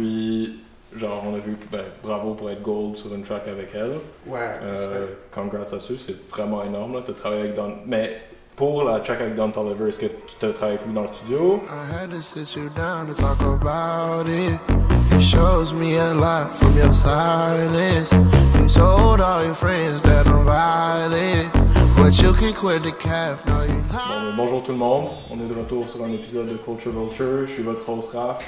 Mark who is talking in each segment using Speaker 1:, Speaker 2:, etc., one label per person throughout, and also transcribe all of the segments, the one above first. Speaker 1: Puis, genre, on a vu ben, bravo pour être gold sur une track avec elle.
Speaker 2: Ouais,
Speaker 1: Euh, congrats là-dessus, c'est vraiment énorme. là. T'as travaillé avec Don. Mais pour la track avec Don Tolliver, est-ce que tu te travailles plus dans le studio
Speaker 3: I had to sit you down to talk about it. It shows me a lot from your silence. You told all your friends that I'm violent, but you can quit the cap. No, you
Speaker 1: Bon, ben, bonjour tout le monde, on est de retour sur un épisode de Culture Vulture. Je suis votre host Raph.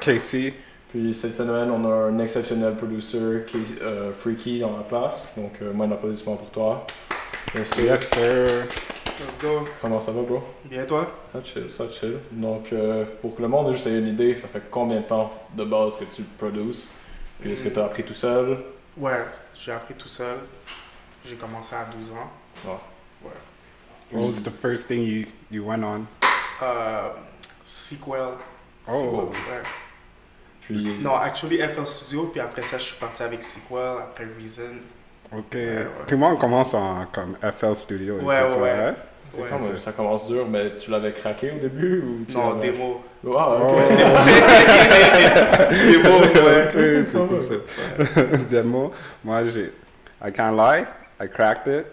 Speaker 4: Casey.
Speaker 1: Puis cette semaine, on a un exceptionnel producer qui est euh, Freaky dans la place. Donc, euh, moi, un applaudissement pour toi. Bien sûr.
Speaker 4: Yes, sir.
Speaker 2: let's go.
Speaker 1: Comment ça va, bro?
Speaker 2: Bien toi?
Speaker 1: Ça chill, ça chill. Donc, euh, pour que le monde ait juste une idée, ça fait combien de temps de base que tu produces? Puis est-ce que tu as appris tout seul?
Speaker 2: Ouais, j'ai appris tout seul. J'ai commencé à 12 ans.
Speaker 4: What was the first thing you, you went on?
Speaker 2: Euh, sequel.
Speaker 4: Oh.
Speaker 2: Sequel, ouais.
Speaker 1: Puis,
Speaker 2: Non, actually FL Studio, puis après ça, je suis parti avec Sequel, après Reason.
Speaker 4: Ok.
Speaker 2: Ouais, ouais.
Speaker 4: Puis moi, on uh, commence en comme FL Studio. et
Speaker 2: Ouais,
Speaker 4: tout ça,
Speaker 2: ouais.
Speaker 4: hein?
Speaker 1: c'est
Speaker 2: Ouais.
Speaker 1: quand même- euh, ça commence dur, mais tu l'avais craqué au début? Ou tu
Speaker 2: Non,
Speaker 1: l'avais-
Speaker 2: démo.
Speaker 1: Ah, ok.
Speaker 4: Oh.
Speaker 2: démo, ouais.
Speaker 4: Ok, c'est cool, ça. Demo. Moi, j'ai. I can't lie. I cracked it.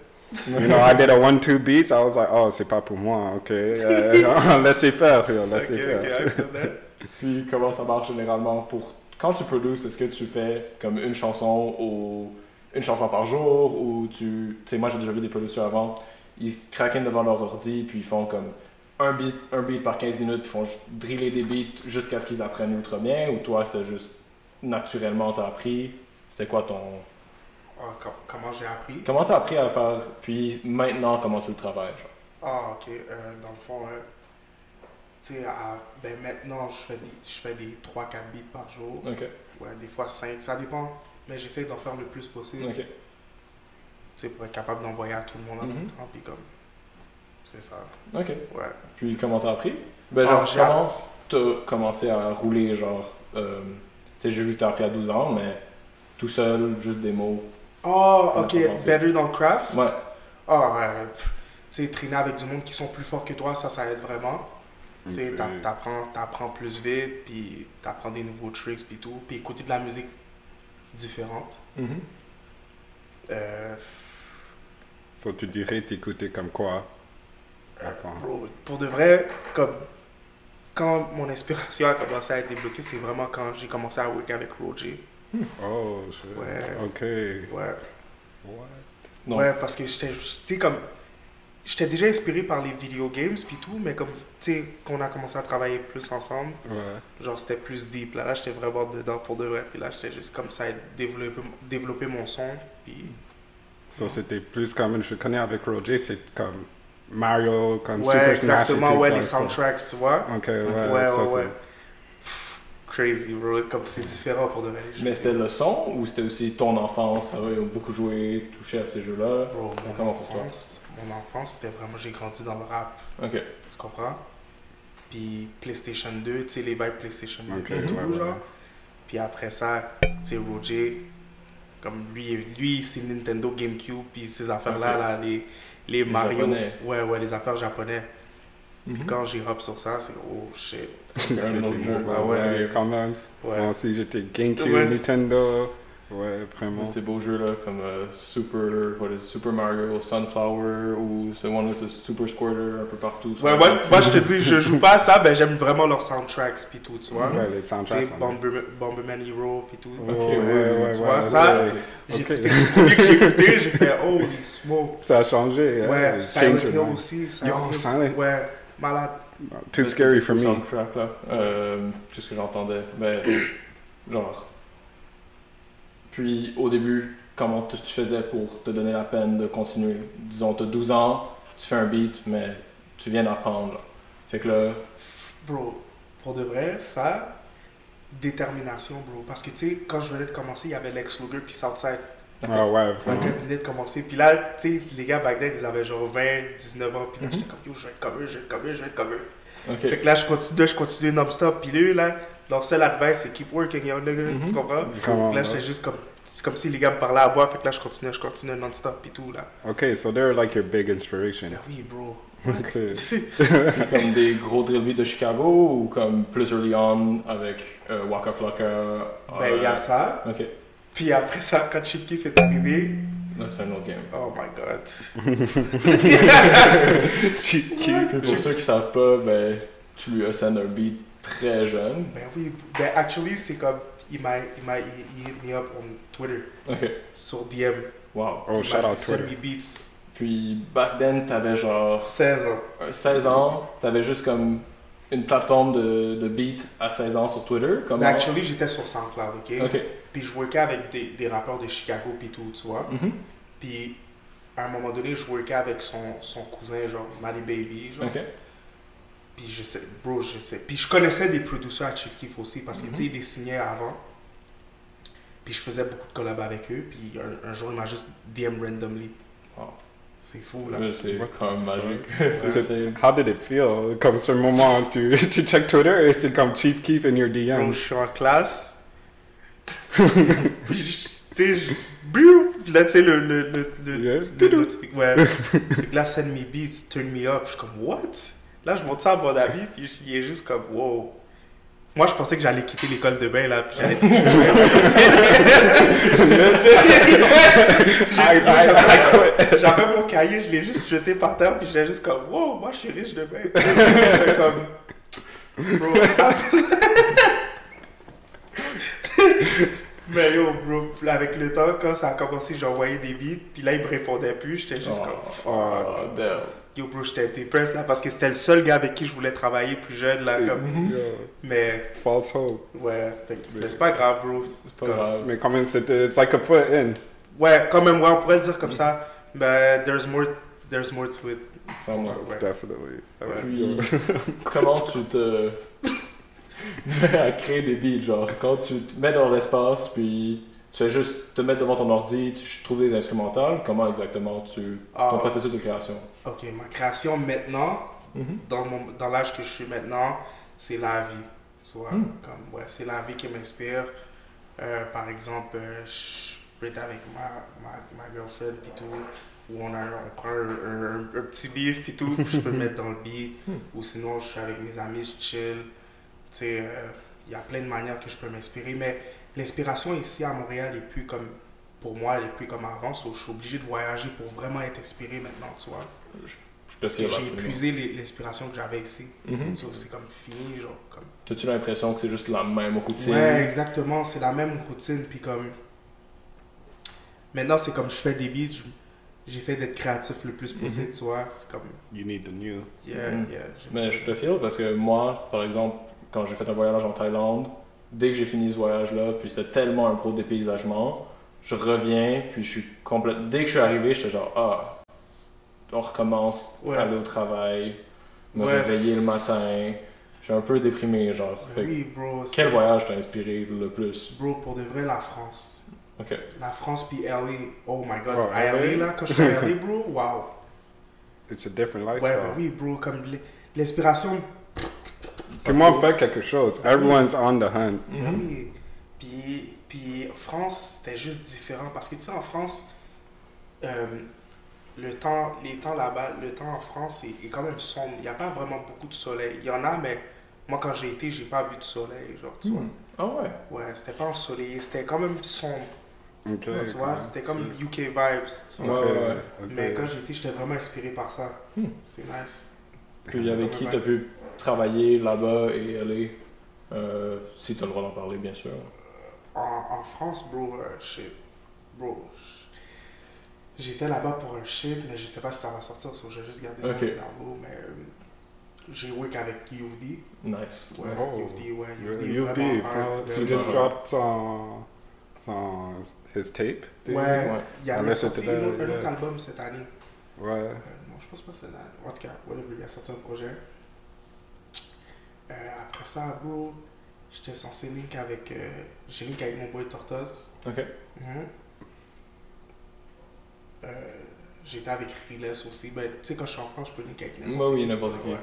Speaker 4: You know, I did a one two beats. I was like, oh, c'est pas pour moi. Ok. Euh, laissez faire, yo,
Speaker 2: Ok,
Speaker 4: laissez
Speaker 2: ok,
Speaker 4: faire.
Speaker 2: I feel that.
Speaker 1: Puis comment ça marche généralement pour quand tu produces, est-ce que tu fais comme une chanson ou une chanson par jour ou tu tu sais moi j'ai déjà vu des producteurs avant, ils craquent devant leur ordi puis ils font comme un beat un beat par 15 minutes, puis ils font ju- driller des beats jusqu'à ce qu'ils apprennent ultra bien ou toi c'est juste naturellement t'as appris, c'était quoi ton
Speaker 2: Oh, com- comment j'ai appris?
Speaker 1: comment t'as appris à le faire puis maintenant comment tu le travailles genre?
Speaker 2: Ah, ok. euh, dans le fond, euh, tu sais, à- ben maintenant, je fais des, je fais des 3-4 beats par jour.
Speaker 1: OK.
Speaker 2: Ouais, des fois 5, ça dépend. Mais j'essaie d'en faire le plus possible.
Speaker 1: OK.
Speaker 2: Tu sais, pour être capable d'envoyer à tout le monde en
Speaker 1: Mhm.
Speaker 2: même temps. Puis comme. C'est ça.
Speaker 1: OK.
Speaker 2: Ouais.
Speaker 1: Puis comment t'as appris? Ben genre,
Speaker 2: Ah, j'ai
Speaker 1: comment t'as commencé à rouler, genre, euh, tu sais, j'ai vu que t'as appris à 12 ans, mais tout seul, juste des mots.
Speaker 2: Oh,
Speaker 1: Comment
Speaker 2: ok.
Speaker 1: ça commence?
Speaker 2: Better dans le craft.
Speaker 1: Ouais,
Speaker 2: Ah, euh, pff, tu sais, traîner avec du monde qui sont plus forts que toi, ça, ça aide vraiment. Tu sais,
Speaker 4: Ok.
Speaker 2: t'a- t'apprends, t'apprends plus vite, puis t'apprends des nouveaux tricks, puis tout. Puis écouter de la musique différente. Euh,
Speaker 4: So, tu dirais t'écouter comme quoi? Attends.
Speaker 2: Bro, pour de vrai, comme quand mon inspiration a commencé à être débloquée, c'est vraiment quand j'ai commencé à work avec Roger.
Speaker 4: Oh, shit.
Speaker 2: Ouais.
Speaker 4: Ok.
Speaker 2: Ouais.
Speaker 4: What?
Speaker 1: Donc-
Speaker 2: Ouais, parce que j'étais, tu sais, comme, j'étais déjà inspiré par les video games puis tout, mais comme, tu sais, qu'on a commencé à travailler plus ensemble,
Speaker 4: Ouais.
Speaker 2: genre c'était plus deep. Là, là, j'étais vraiment dedans pour de vrai. Puis là, j'étais juste comme ça, développer, développer mon son. Puis Hmm.
Speaker 4: So, c'était plus comme je connais avec Roger, c'est comme Mario, comme
Speaker 2: ouais,
Speaker 4: Super Smash. et
Speaker 2: exactement,
Speaker 4: tout
Speaker 2: ouais,
Speaker 4: ça,
Speaker 2: les
Speaker 4: ça.
Speaker 2: soundtracks, tu vois.
Speaker 4: Ok, ouais,
Speaker 2: Ouais, ouais,
Speaker 4: ça,
Speaker 2: ouais.
Speaker 4: c'est-
Speaker 2: Pff, Crazy, bro. Comme c'est différent pour de vrai. les jeux.
Speaker 1: Mais c'était le son ou c'était aussi ton enfance? Ça va, ils ont beaucoup joué, touché à ces jeux-là.
Speaker 2: Bro, mon
Speaker 1: Comment pour toi?
Speaker 2: enfance, mon enfance, c'était vraiment, j'ai grandi dans le rap,
Speaker 1: Ok.
Speaker 2: tu comprends? Puis PlayStation 2, tu sais, les vibes PlayStation 2
Speaker 4: Ok,
Speaker 2: et tout,
Speaker 4: ouais, ouais.
Speaker 2: genre. Puis après ça, tu sais, Roger, comme lui, lui c'est Nintendo GameCube, puis ces affaires-là,
Speaker 1: Ok.
Speaker 2: là, les,
Speaker 1: Les
Speaker 2: les, Mario.
Speaker 1: japonais.
Speaker 2: Ouais, ouais, les affaires japonais. Puis
Speaker 1: Mhm.
Speaker 2: quand j'ai hop sur ça, c'est oh shit.
Speaker 1: C'est un autre jeu.
Speaker 4: Ouais, ouais,
Speaker 1: Ouais,
Speaker 4: quand même.
Speaker 2: Ouais.
Speaker 4: Moi aussi, j'étais GameCube,
Speaker 2: Ouais, c'est-
Speaker 4: Nintendo. Ouais, vraiment.
Speaker 1: Ces beaux jeux-là comme euh, Super, what is, Super Mario, Sunflower ou ce one with the Super Squirter un peu partout.
Speaker 2: Ouais, ouais, moi je te dis, je joue pas à ça, ben j'aime vraiment leurs soundtracks, puis tout, tu vois.
Speaker 4: Ouais, les
Speaker 2: Tu sais,
Speaker 4: soundtracks. hein.
Speaker 2: Bomberman, Bomberman Hero, puis tout.
Speaker 4: Ouais,
Speaker 1: Ok,
Speaker 4: ouais,
Speaker 1: oui,
Speaker 4: ouais,
Speaker 2: tu
Speaker 4: ouais,
Speaker 2: vois,
Speaker 4: ouais,
Speaker 2: ça,
Speaker 4: ouais.
Speaker 2: J'ai
Speaker 4: Ok.
Speaker 2: écouté ce premier que j'ai écouté, j'ai fait oh smoke.
Speaker 4: Ça a changé. hein,
Speaker 2: Ouais,
Speaker 4: it
Speaker 2: Silent
Speaker 4: changed
Speaker 2: Hill
Speaker 4: your mind.
Speaker 2: aussi. Silent
Speaker 4: Yo,
Speaker 2: Hill,
Speaker 4: Silent-
Speaker 2: Ouais, malade.
Speaker 4: Too scary for
Speaker 1: Le
Speaker 4: me.
Speaker 1: soundtrack, là. Euh, Qu'est-ce que j'entendais? Ben, genre. Puis, au début, comment t- tu faisais pour te donner la peine de continuer? Disons, t'as 12 ans, tu fais un beat, mais tu viens d'apprendre. là. Fait que là,
Speaker 2: Bro, pour de vrai, ça, détermination, bro. Parce que tu sais, quand je venais de commencer, il y avait Lex Luger puis Southside.
Speaker 4: Ah ouais,
Speaker 2: Quand
Speaker 4: vraiment.
Speaker 2: je venais de commencer, puis là, tu sais, les gars back then, ils avaient genre 20, 19 ans, puis là,
Speaker 1: Mhm.
Speaker 2: j'étais comme yo, je vais être comme eux, je vais être comme eux, je vais être comme eux. Fait
Speaker 1: ok.
Speaker 2: que là, je continuais, je continuais non-stop, puis eux, là, leur seul advice, c'est keep working, yo, nigga,
Speaker 1: Mhm.
Speaker 2: tu comprends?
Speaker 4: Comment,
Speaker 2: Là,
Speaker 4: ouais.
Speaker 2: j'étais juste comme. C'est comme si les gars me parlaient à moi, fait que là, je continuais, je continuais non-stop et tout, là.
Speaker 4: Ok, so they're like your big inspiration.
Speaker 2: Ben oui, bro.
Speaker 4: Ok.
Speaker 1: comme des gros drill beats de Chicago ou comme plus early on avec euh, Waka Flocka. euh,
Speaker 2: Ben, il y a ça.
Speaker 1: Ok,
Speaker 2: Puis après ça, quand Chip Keef est arrivé,
Speaker 1: là c'est un autre game.
Speaker 2: oh my god.
Speaker 1: Puis pour ceux qui savent pas, ben, tu lui assignes un beat très jeune.
Speaker 2: Ben oui, ben actually, c'est comme, il m'a, il m'a, il- il hit E, me up on Twitter,
Speaker 1: Ok,
Speaker 2: sur DM.
Speaker 1: wow.
Speaker 4: Oh,
Speaker 2: Il
Speaker 4: shout
Speaker 2: m'a
Speaker 4: out
Speaker 2: dit,
Speaker 4: Twitter.
Speaker 2: Send me beats.
Speaker 1: Puis back then, t'avais genre
Speaker 2: 16 ans.
Speaker 1: euh, 16 ans, t'avais juste comme une plateforme de, de beat à 16 ans sur Twitter. Comme
Speaker 2: Mais actually, j'étais sur SoundCloud, ok?
Speaker 1: Ok,
Speaker 2: Puis je workais avec des, des rappeurs de Chicago, puis tout, tu vois.
Speaker 1: mhm,
Speaker 2: Puis à un moment donné, je workais avec son, son cousin, genre Mali Baby, genre.
Speaker 1: ok.
Speaker 2: Puis je sais, bro, je sais. Puis je connaissais des producteurs à Chief Keef aussi parce que, tu sais, ils les signaient avant. Puis je faisais beaucoup de collabs avec eux. Puis un, un jour, il m'a juste DM randomly.
Speaker 1: Wow.
Speaker 2: C'est fou, là.
Speaker 1: Ouais, C'est
Speaker 4: What
Speaker 1: comme magique.
Speaker 4: C'est-
Speaker 1: C'est-
Speaker 4: How did it feel? Comme ce moment, où tu, tu check Twitter et c'est comme Chief Keef in your
Speaker 2: Bro,
Speaker 4: DM.
Speaker 2: je suis en classe. Puis, je- tu sais, je- Brouh! Puis là, tu sais, le. le, le, le,
Speaker 4: Yeah.
Speaker 2: le notifi- ouais. Puis là, send me beats, turn me up. Je suis comme, what? Là, je monte ça à mon ami, puis je- il est juste comme, wow. Moi, je pensais que j'allais quitter l'école de bain, là, puis j'allais trouver.
Speaker 4: I, I, I quit.
Speaker 2: J'avais mon cahier, je l'ai juste jeté par terre, puis j'étais juste comme, wow, moi je suis riche demain. J'étais comme, bro. Mais yo, bro, avec le temps, quand ça a commencé, j'envoyais des beats, puis là, il me répondait plus, j'étais juste
Speaker 1: Oh,
Speaker 2: comme,
Speaker 1: oh, damn.
Speaker 2: yo, bro, j'étais dépressé là, parce que c'était le seul gars avec qui je voulais travailler plus jeune, là,
Speaker 1: Mm-hmm.
Speaker 2: comme.
Speaker 4: Yo,
Speaker 2: Mais,
Speaker 4: false hope.
Speaker 2: ouais, fait que- mais c'est pas grave, bro.
Speaker 1: C'est pas grave.
Speaker 4: Mais quand même, c'était, it's like a foot in.
Speaker 2: Ouais, quand même, ouais, on pourrait le dire comme ça, mais there's more, there's more to it.
Speaker 1: Sans moi.
Speaker 4: It's
Speaker 2: Ouais.
Speaker 4: definitely.
Speaker 2: Ouais.
Speaker 1: Puis, euh, comment tu te mets à créer des beats, genre, quand tu te mets dans l'espace, puis tu fais juste te mettre devant ton ordi, tu trouves des instrumentales, comment exactement tu... ton
Speaker 2: Ah.
Speaker 1: processus de création?
Speaker 2: Ok, ma création maintenant,
Speaker 1: Mhm.
Speaker 2: dans, mon- dans l'âge que je suis maintenant, c'est la vie. Tu vois,
Speaker 1: Mm.
Speaker 2: comme, ouais, c'est la vie qui m'inspire. Euh, par exemple, euh, je peux être avec ma, ma, ma girlfriend et tout, où on, a, on prend un, un- un- un petit beef et tout, puis je peux me mettre dans le beat. Ou sinon, je suis avec mes amis, je chill. Tu sais, euh, il y a plein de manières que je peux m'inspirer, mais l'inspiration ici à Montréal est plus comme, pour moi, elle est plus comme avant. so je suis obligé de voyager pour vraiment être inspiré maintenant, tu vois.
Speaker 1: Je Mhm. peux
Speaker 2: Parce que j'ai épuisé les- l'inspiration que j'avais ici. So, C'est comme fini, genre. Comme...
Speaker 1: T'as-tu l'impression que c'est juste la même routine?
Speaker 2: Ouais, exactement, c'est la même routine. Puis comme. Maintenant, c'est comme je fais des beats, je- j'essaie d'être créatif le plus possible, tu vois. C'est comme.
Speaker 4: You need the new.
Speaker 2: Yeah,
Speaker 1: Mhm.
Speaker 2: yeah. j'ai-
Speaker 1: Mais
Speaker 2: j'ai-
Speaker 1: je te file parce que moi, par exemple, quand j'ai fait un voyage en Thaïlande, dès que j'ai fini ce voyage-là, puis c'était tellement un gros dépaysagement, je reviens, puis je suis complètement. Dès que je suis arrivé, j'étais genre, ah, on recommence,
Speaker 2: Ouais.
Speaker 1: aller au travail, me
Speaker 2: Ouais,
Speaker 1: réveiller le
Speaker 2: c'est-
Speaker 1: matin. Je suis un peu déprimé, genre.
Speaker 2: Ben
Speaker 1: Fait que
Speaker 2: Oui, bro. c'est-
Speaker 1: Quel voyage t'a inspiré le plus
Speaker 2: Bro, pour de vrai, la France.
Speaker 1: Ok.
Speaker 2: La France puis LA. Oh my god.
Speaker 4: Oh,
Speaker 2: à LA,
Speaker 4: LA?
Speaker 2: là, quand je suis à LA, bro, wow.
Speaker 4: It's a different
Speaker 2: Ouais, ben
Speaker 4: lifestyle.
Speaker 2: oui, bro. Comme l'in- l'inspiration
Speaker 4: Tout le monde fait quelque chose. Everyone's on the hunt.
Speaker 2: Ah
Speaker 1: Mhm.
Speaker 2: oui. Puis, puis France, c'était juste différent. Parce que tu sais, en France, euh, le temps, les temps là-bas, le temps en France est, est quand même sombre. Il n'y a pas vraiment beaucoup de soleil. Il y en a, mais moi, quand j'ai été, j'ai pas vu de soleil. Genre, tu
Speaker 1: Hmm. Ah ouais.
Speaker 2: vois. Ouais, c'était pas ensoleillé. C'était quand même sombre.
Speaker 4: Ok.
Speaker 2: tu vois, c'était comme
Speaker 1: Mhm.
Speaker 2: UK vibes. tu vois.
Speaker 1: Ouais,
Speaker 4: Ok,
Speaker 1: ouais.
Speaker 4: ok.
Speaker 2: Mais quand j'ai été, j'étais vraiment inspiré par ça.
Speaker 1: Hmm.
Speaker 2: C'est nice.
Speaker 1: Puis avec qui t'as pu travailler là-bas et aller euh, Si t'as le droit d'en parler, bien sûr.
Speaker 2: en, en France, bro, euh, shit. Bro, j- j'étais là-bas pour un shit, mais je sais pas si ça va sortir, so j'ai juste gardé ça
Speaker 1: Ok.
Speaker 2: dans l'eau, mais euh, j'ai work avec UFD.
Speaker 1: Nice.
Speaker 2: Ouais,
Speaker 4: Oh.
Speaker 2: UFD, ouais, UFD,
Speaker 4: You
Speaker 2: vraiment
Speaker 4: deep.
Speaker 2: hard.
Speaker 4: He just dropped son, son, his tape.
Speaker 1: Ouais.
Speaker 2: Ouais, il y a, il a
Speaker 4: Unless
Speaker 2: sorti
Speaker 4: it's there,
Speaker 2: un autre, un
Speaker 4: yeah.
Speaker 2: autre album cette année.
Speaker 4: Ouais.
Speaker 2: Euh, non, je pense pas que c'est là. En tout cas, whatever, il a sorti un projet. Euh, après ça, bro, j'étais censé link avec... euh, j'ai link avec mon boy Tortoise.
Speaker 1: Ok.
Speaker 2: Mhm. Euh, J'étais avec Riles aussi. Ben, tu sais, quand je suis en France, je peux niquer avec
Speaker 1: Ouais, Bah oui,
Speaker 2: qui.
Speaker 1: n'importe qui.
Speaker 2: Ouais,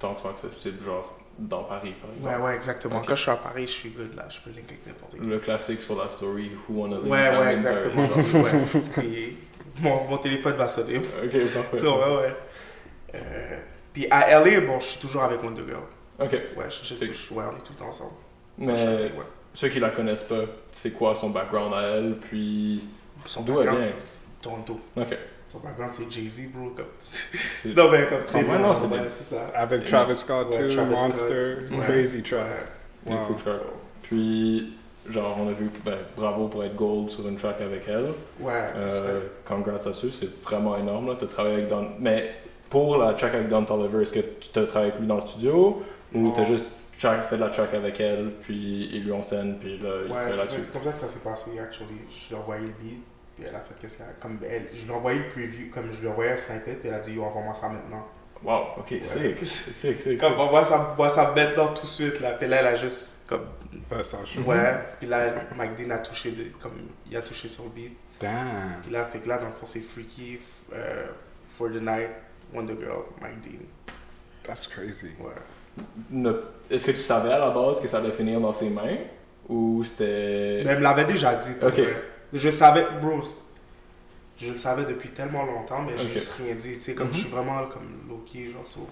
Speaker 1: tant que c'est accessible, genre dans Paris par
Speaker 2: ouais,
Speaker 1: exemple.
Speaker 2: ouais, exactement.
Speaker 1: Ok.
Speaker 2: Quand je suis à Paris, je suis good là. Je peux linker avec n'importe qui.
Speaker 1: Le classique sur la story, Who Wanna Live
Speaker 2: ouais,
Speaker 1: Down
Speaker 2: ouais,
Speaker 1: in
Speaker 2: exactement.
Speaker 1: euh, Paris, genre.
Speaker 2: ouais. Puis, mon, mon téléphone va sonner.
Speaker 1: ok, parfait.
Speaker 2: Tu vois, ouais, ouais. Euh, puis à LA, bon, je suis toujours avec Wonder Girl.
Speaker 1: Ok.
Speaker 2: Ouais, je, je-
Speaker 1: C'est-
Speaker 2: je- ouais, on est tout le temps ensemble.
Speaker 1: Mais
Speaker 2: Ouais.
Speaker 1: ceux qui la connaissent pas, c'est quoi son background à elle, puis.
Speaker 2: Son
Speaker 1: D'où elle
Speaker 2: background,
Speaker 1: vient?
Speaker 2: c'est Toronto.
Speaker 1: Ok.
Speaker 2: Son background, c'est Jay-Z, bro. Comme... non, mais comme, tu sais,
Speaker 1: Ah, ouais, non, c'est
Speaker 2: ouais,
Speaker 1: bien.
Speaker 2: c'est ça.
Speaker 4: Avec Travis Scott,
Speaker 2: Ouais,
Speaker 4: too,
Speaker 2: Travis Scott.
Speaker 4: Monster,
Speaker 2: Ouais.
Speaker 4: Crazy
Speaker 2: Ouais.
Speaker 4: Track.
Speaker 1: Des
Speaker 4: Wow.
Speaker 1: fous tracks. Puis, genre, on a vu que, ben, bravo pour être gold sur une track avec elle.
Speaker 2: Ouais,
Speaker 1: Euh, congrats à ça, c'est vraiment énorme. Tu as travaillé avec Don. Mais pour la track avec Don Tolliver, est-ce que tu as travaillé avec lui dans le studio ou
Speaker 2: Non.
Speaker 1: tu as juste track- fait de la track avec elle, puis il lui en scène, puis là, il
Speaker 2: Ouais,
Speaker 1: fait
Speaker 2: c'est ça,
Speaker 1: là-dessus
Speaker 2: c'est comme ça que ça s'est passé, actually. Je lui ai envoyé le beat, puis elle a fait qu'est-ce qu'elle a. Comme elle, je lui ai envoyé le preview, comme je lui ai envoyé un snippet, puis elle a dit, yo, envoie-moi ça maintenant.
Speaker 1: Wow, ok, sick.
Speaker 2: Ouais.
Speaker 1: Sick, sick.
Speaker 2: Comme, envoie ça, envoie ça maintenant tout de suite, là. Puis là, elle a juste, comme,
Speaker 4: Pas sans
Speaker 1: Mhm.
Speaker 4: chou-
Speaker 2: ouais. Puis là, McDean a touché, de- comme, il a touché son beat.
Speaker 4: Damn.
Speaker 2: Puis là, fait que là, dans le fond, c'est Freaky, euh, For the Night, Wonder Girl, McDean.
Speaker 4: That's crazy.
Speaker 2: Ouais.
Speaker 1: Euh, Ne- Est-ce que tu savais à la base que ça allait finir dans ses mains ou c'était.
Speaker 2: Mais elle Ben, me l'avait déjà dit. pour
Speaker 1: Ok.
Speaker 2: vrai. Je savais, bro, je le savais depuis tellement longtemps, mais
Speaker 1: Ok. Mhm.
Speaker 2: j'ai juste rien dit. Tu sais, comme je suis vraiment comme low-key, genre, so,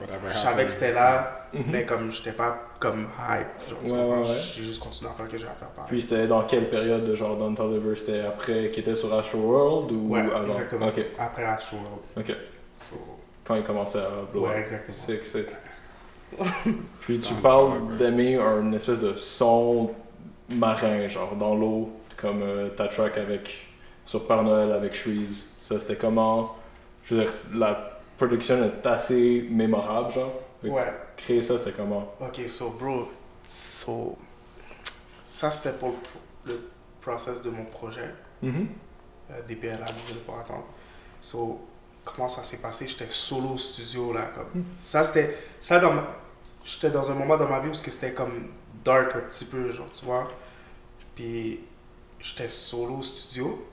Speaker 4: Whatever
Speaker 2: je savais
Speaker 4: happened.
Speaker 2: que c'était là,
Speaker 1: Mhm.
Speaker 2: mais comme j'étais pas comme hype, genre,
Speaker 1: Ouais,
Speaker 2: tu comprends?
Speaker 1: ouais, ouais.
Speaker 2: j'ai juste continué à faire ce que j'ai à faire pareil.
Speaker 1: Puis c'était dans quelle période de genre Don Tolliver C'était après qu'il était sur Astro World ou
Speaker 2: ouais,
Speaker 1: avant
Speaker 2: exactement.
Speaker 1: Ok,
Speaker 2: Après Astro World.
Speaker 1: ok.
Speaker 2: So,
Speaker 1: Quand il commençait à blow
Speaker 2: ouais,
Speaker 1: up.
Speaker 2: exactement.
Speaker 1: C'est que c'est. Puis tu
Speaker 2: Ah,
Speaker 4: Dans le
Speaker 1: parles
Speaker 4: Tiger.
Speaker 1: d'aimer une espèce de son marin, genre dans l'eau, comme euh, ta track avec sur Père Noël avec Shreeze. Ça c'était comment Je veux dire, la production est assez mémorable, genre. Fait que
Speaker 2: Ouais.
Speaker 1: Créer ça c'était comment
Speaker 2: Ok, so bro, so ça c'était pour le, pro- le process de mon projet euh, DPLA, vous allez pas attendre. So comment ça s'est passé J'étais solo au studio là, comme ça c'était ça dans ma- j'étais dans un moment dans ma vie où ce que c'était comme dark un petit peu genre tu vois. Puis j'étais solo au studio,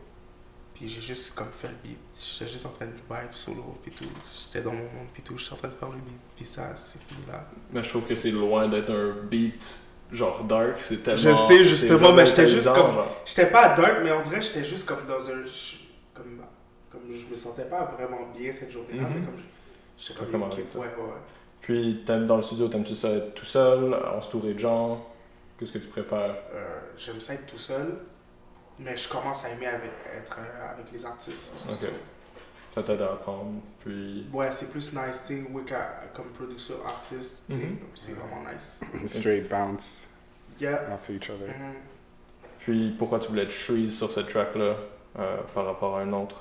Speaker 2: puis j'ai juste comme fait le beat. J'étais juste en train de vibe solo puis tout. J'étais dans mon monde puis tout. J'étais en train de faire le beat puis ça c'est fini là.
Speaker 1: Mais je trouve que c'est loin d'être un beat genre dark, c'est tellement.
Speaker 2: Je sais,
Speaker 1: c'est
Speaker 2: justement,
Speaker 1: vraiment
Speaker 2: mais j'étais juste
Speaker 1: intelligent,
Speaker 2: comme-
Speaker 1: genre.
Speaker 2: J'étais pas dark, mais on dirait que j'étais juste comme dans un. je- Comme, comme je me sentais pas vraiment bien cette journée-là,
Speaker 1: Mhm.
Speaker 2: mais comme je- j'étais
Speaker 1: Comme
Speaker 2: comme. ok,
Speaker 1: avec
Speaker 2: ouais, ouais, ouais.
Speaker 1: Puis t'aimes dans le studio, t'aimes-tu ça être tout seul, entouré de gens Qu'est-ce que tu préfères
Speaker 2: Euh, J'aime ça être tout seul, mais je commence à aimer avec, être euh, avec les artistes. aussi.
Speaker 1: Ok. Ça t'aide à apprendre, puis.
Speaker 2: Ouais, c'est plus nice, tu sais, Wicca comme producer, artiste, tu sais,
Speaker 1: Mhm.
Speaker 2: comme c'est vraiment nice.
Speaker 4: Straight bounce
Speaker 2: Yeah.
Speaker 4: off each other.
Speaker 2: Mhm.
Speaker 1: Puis pourquoi tu voulais être Shreeze sur cette track-là euh, par rapport à un autre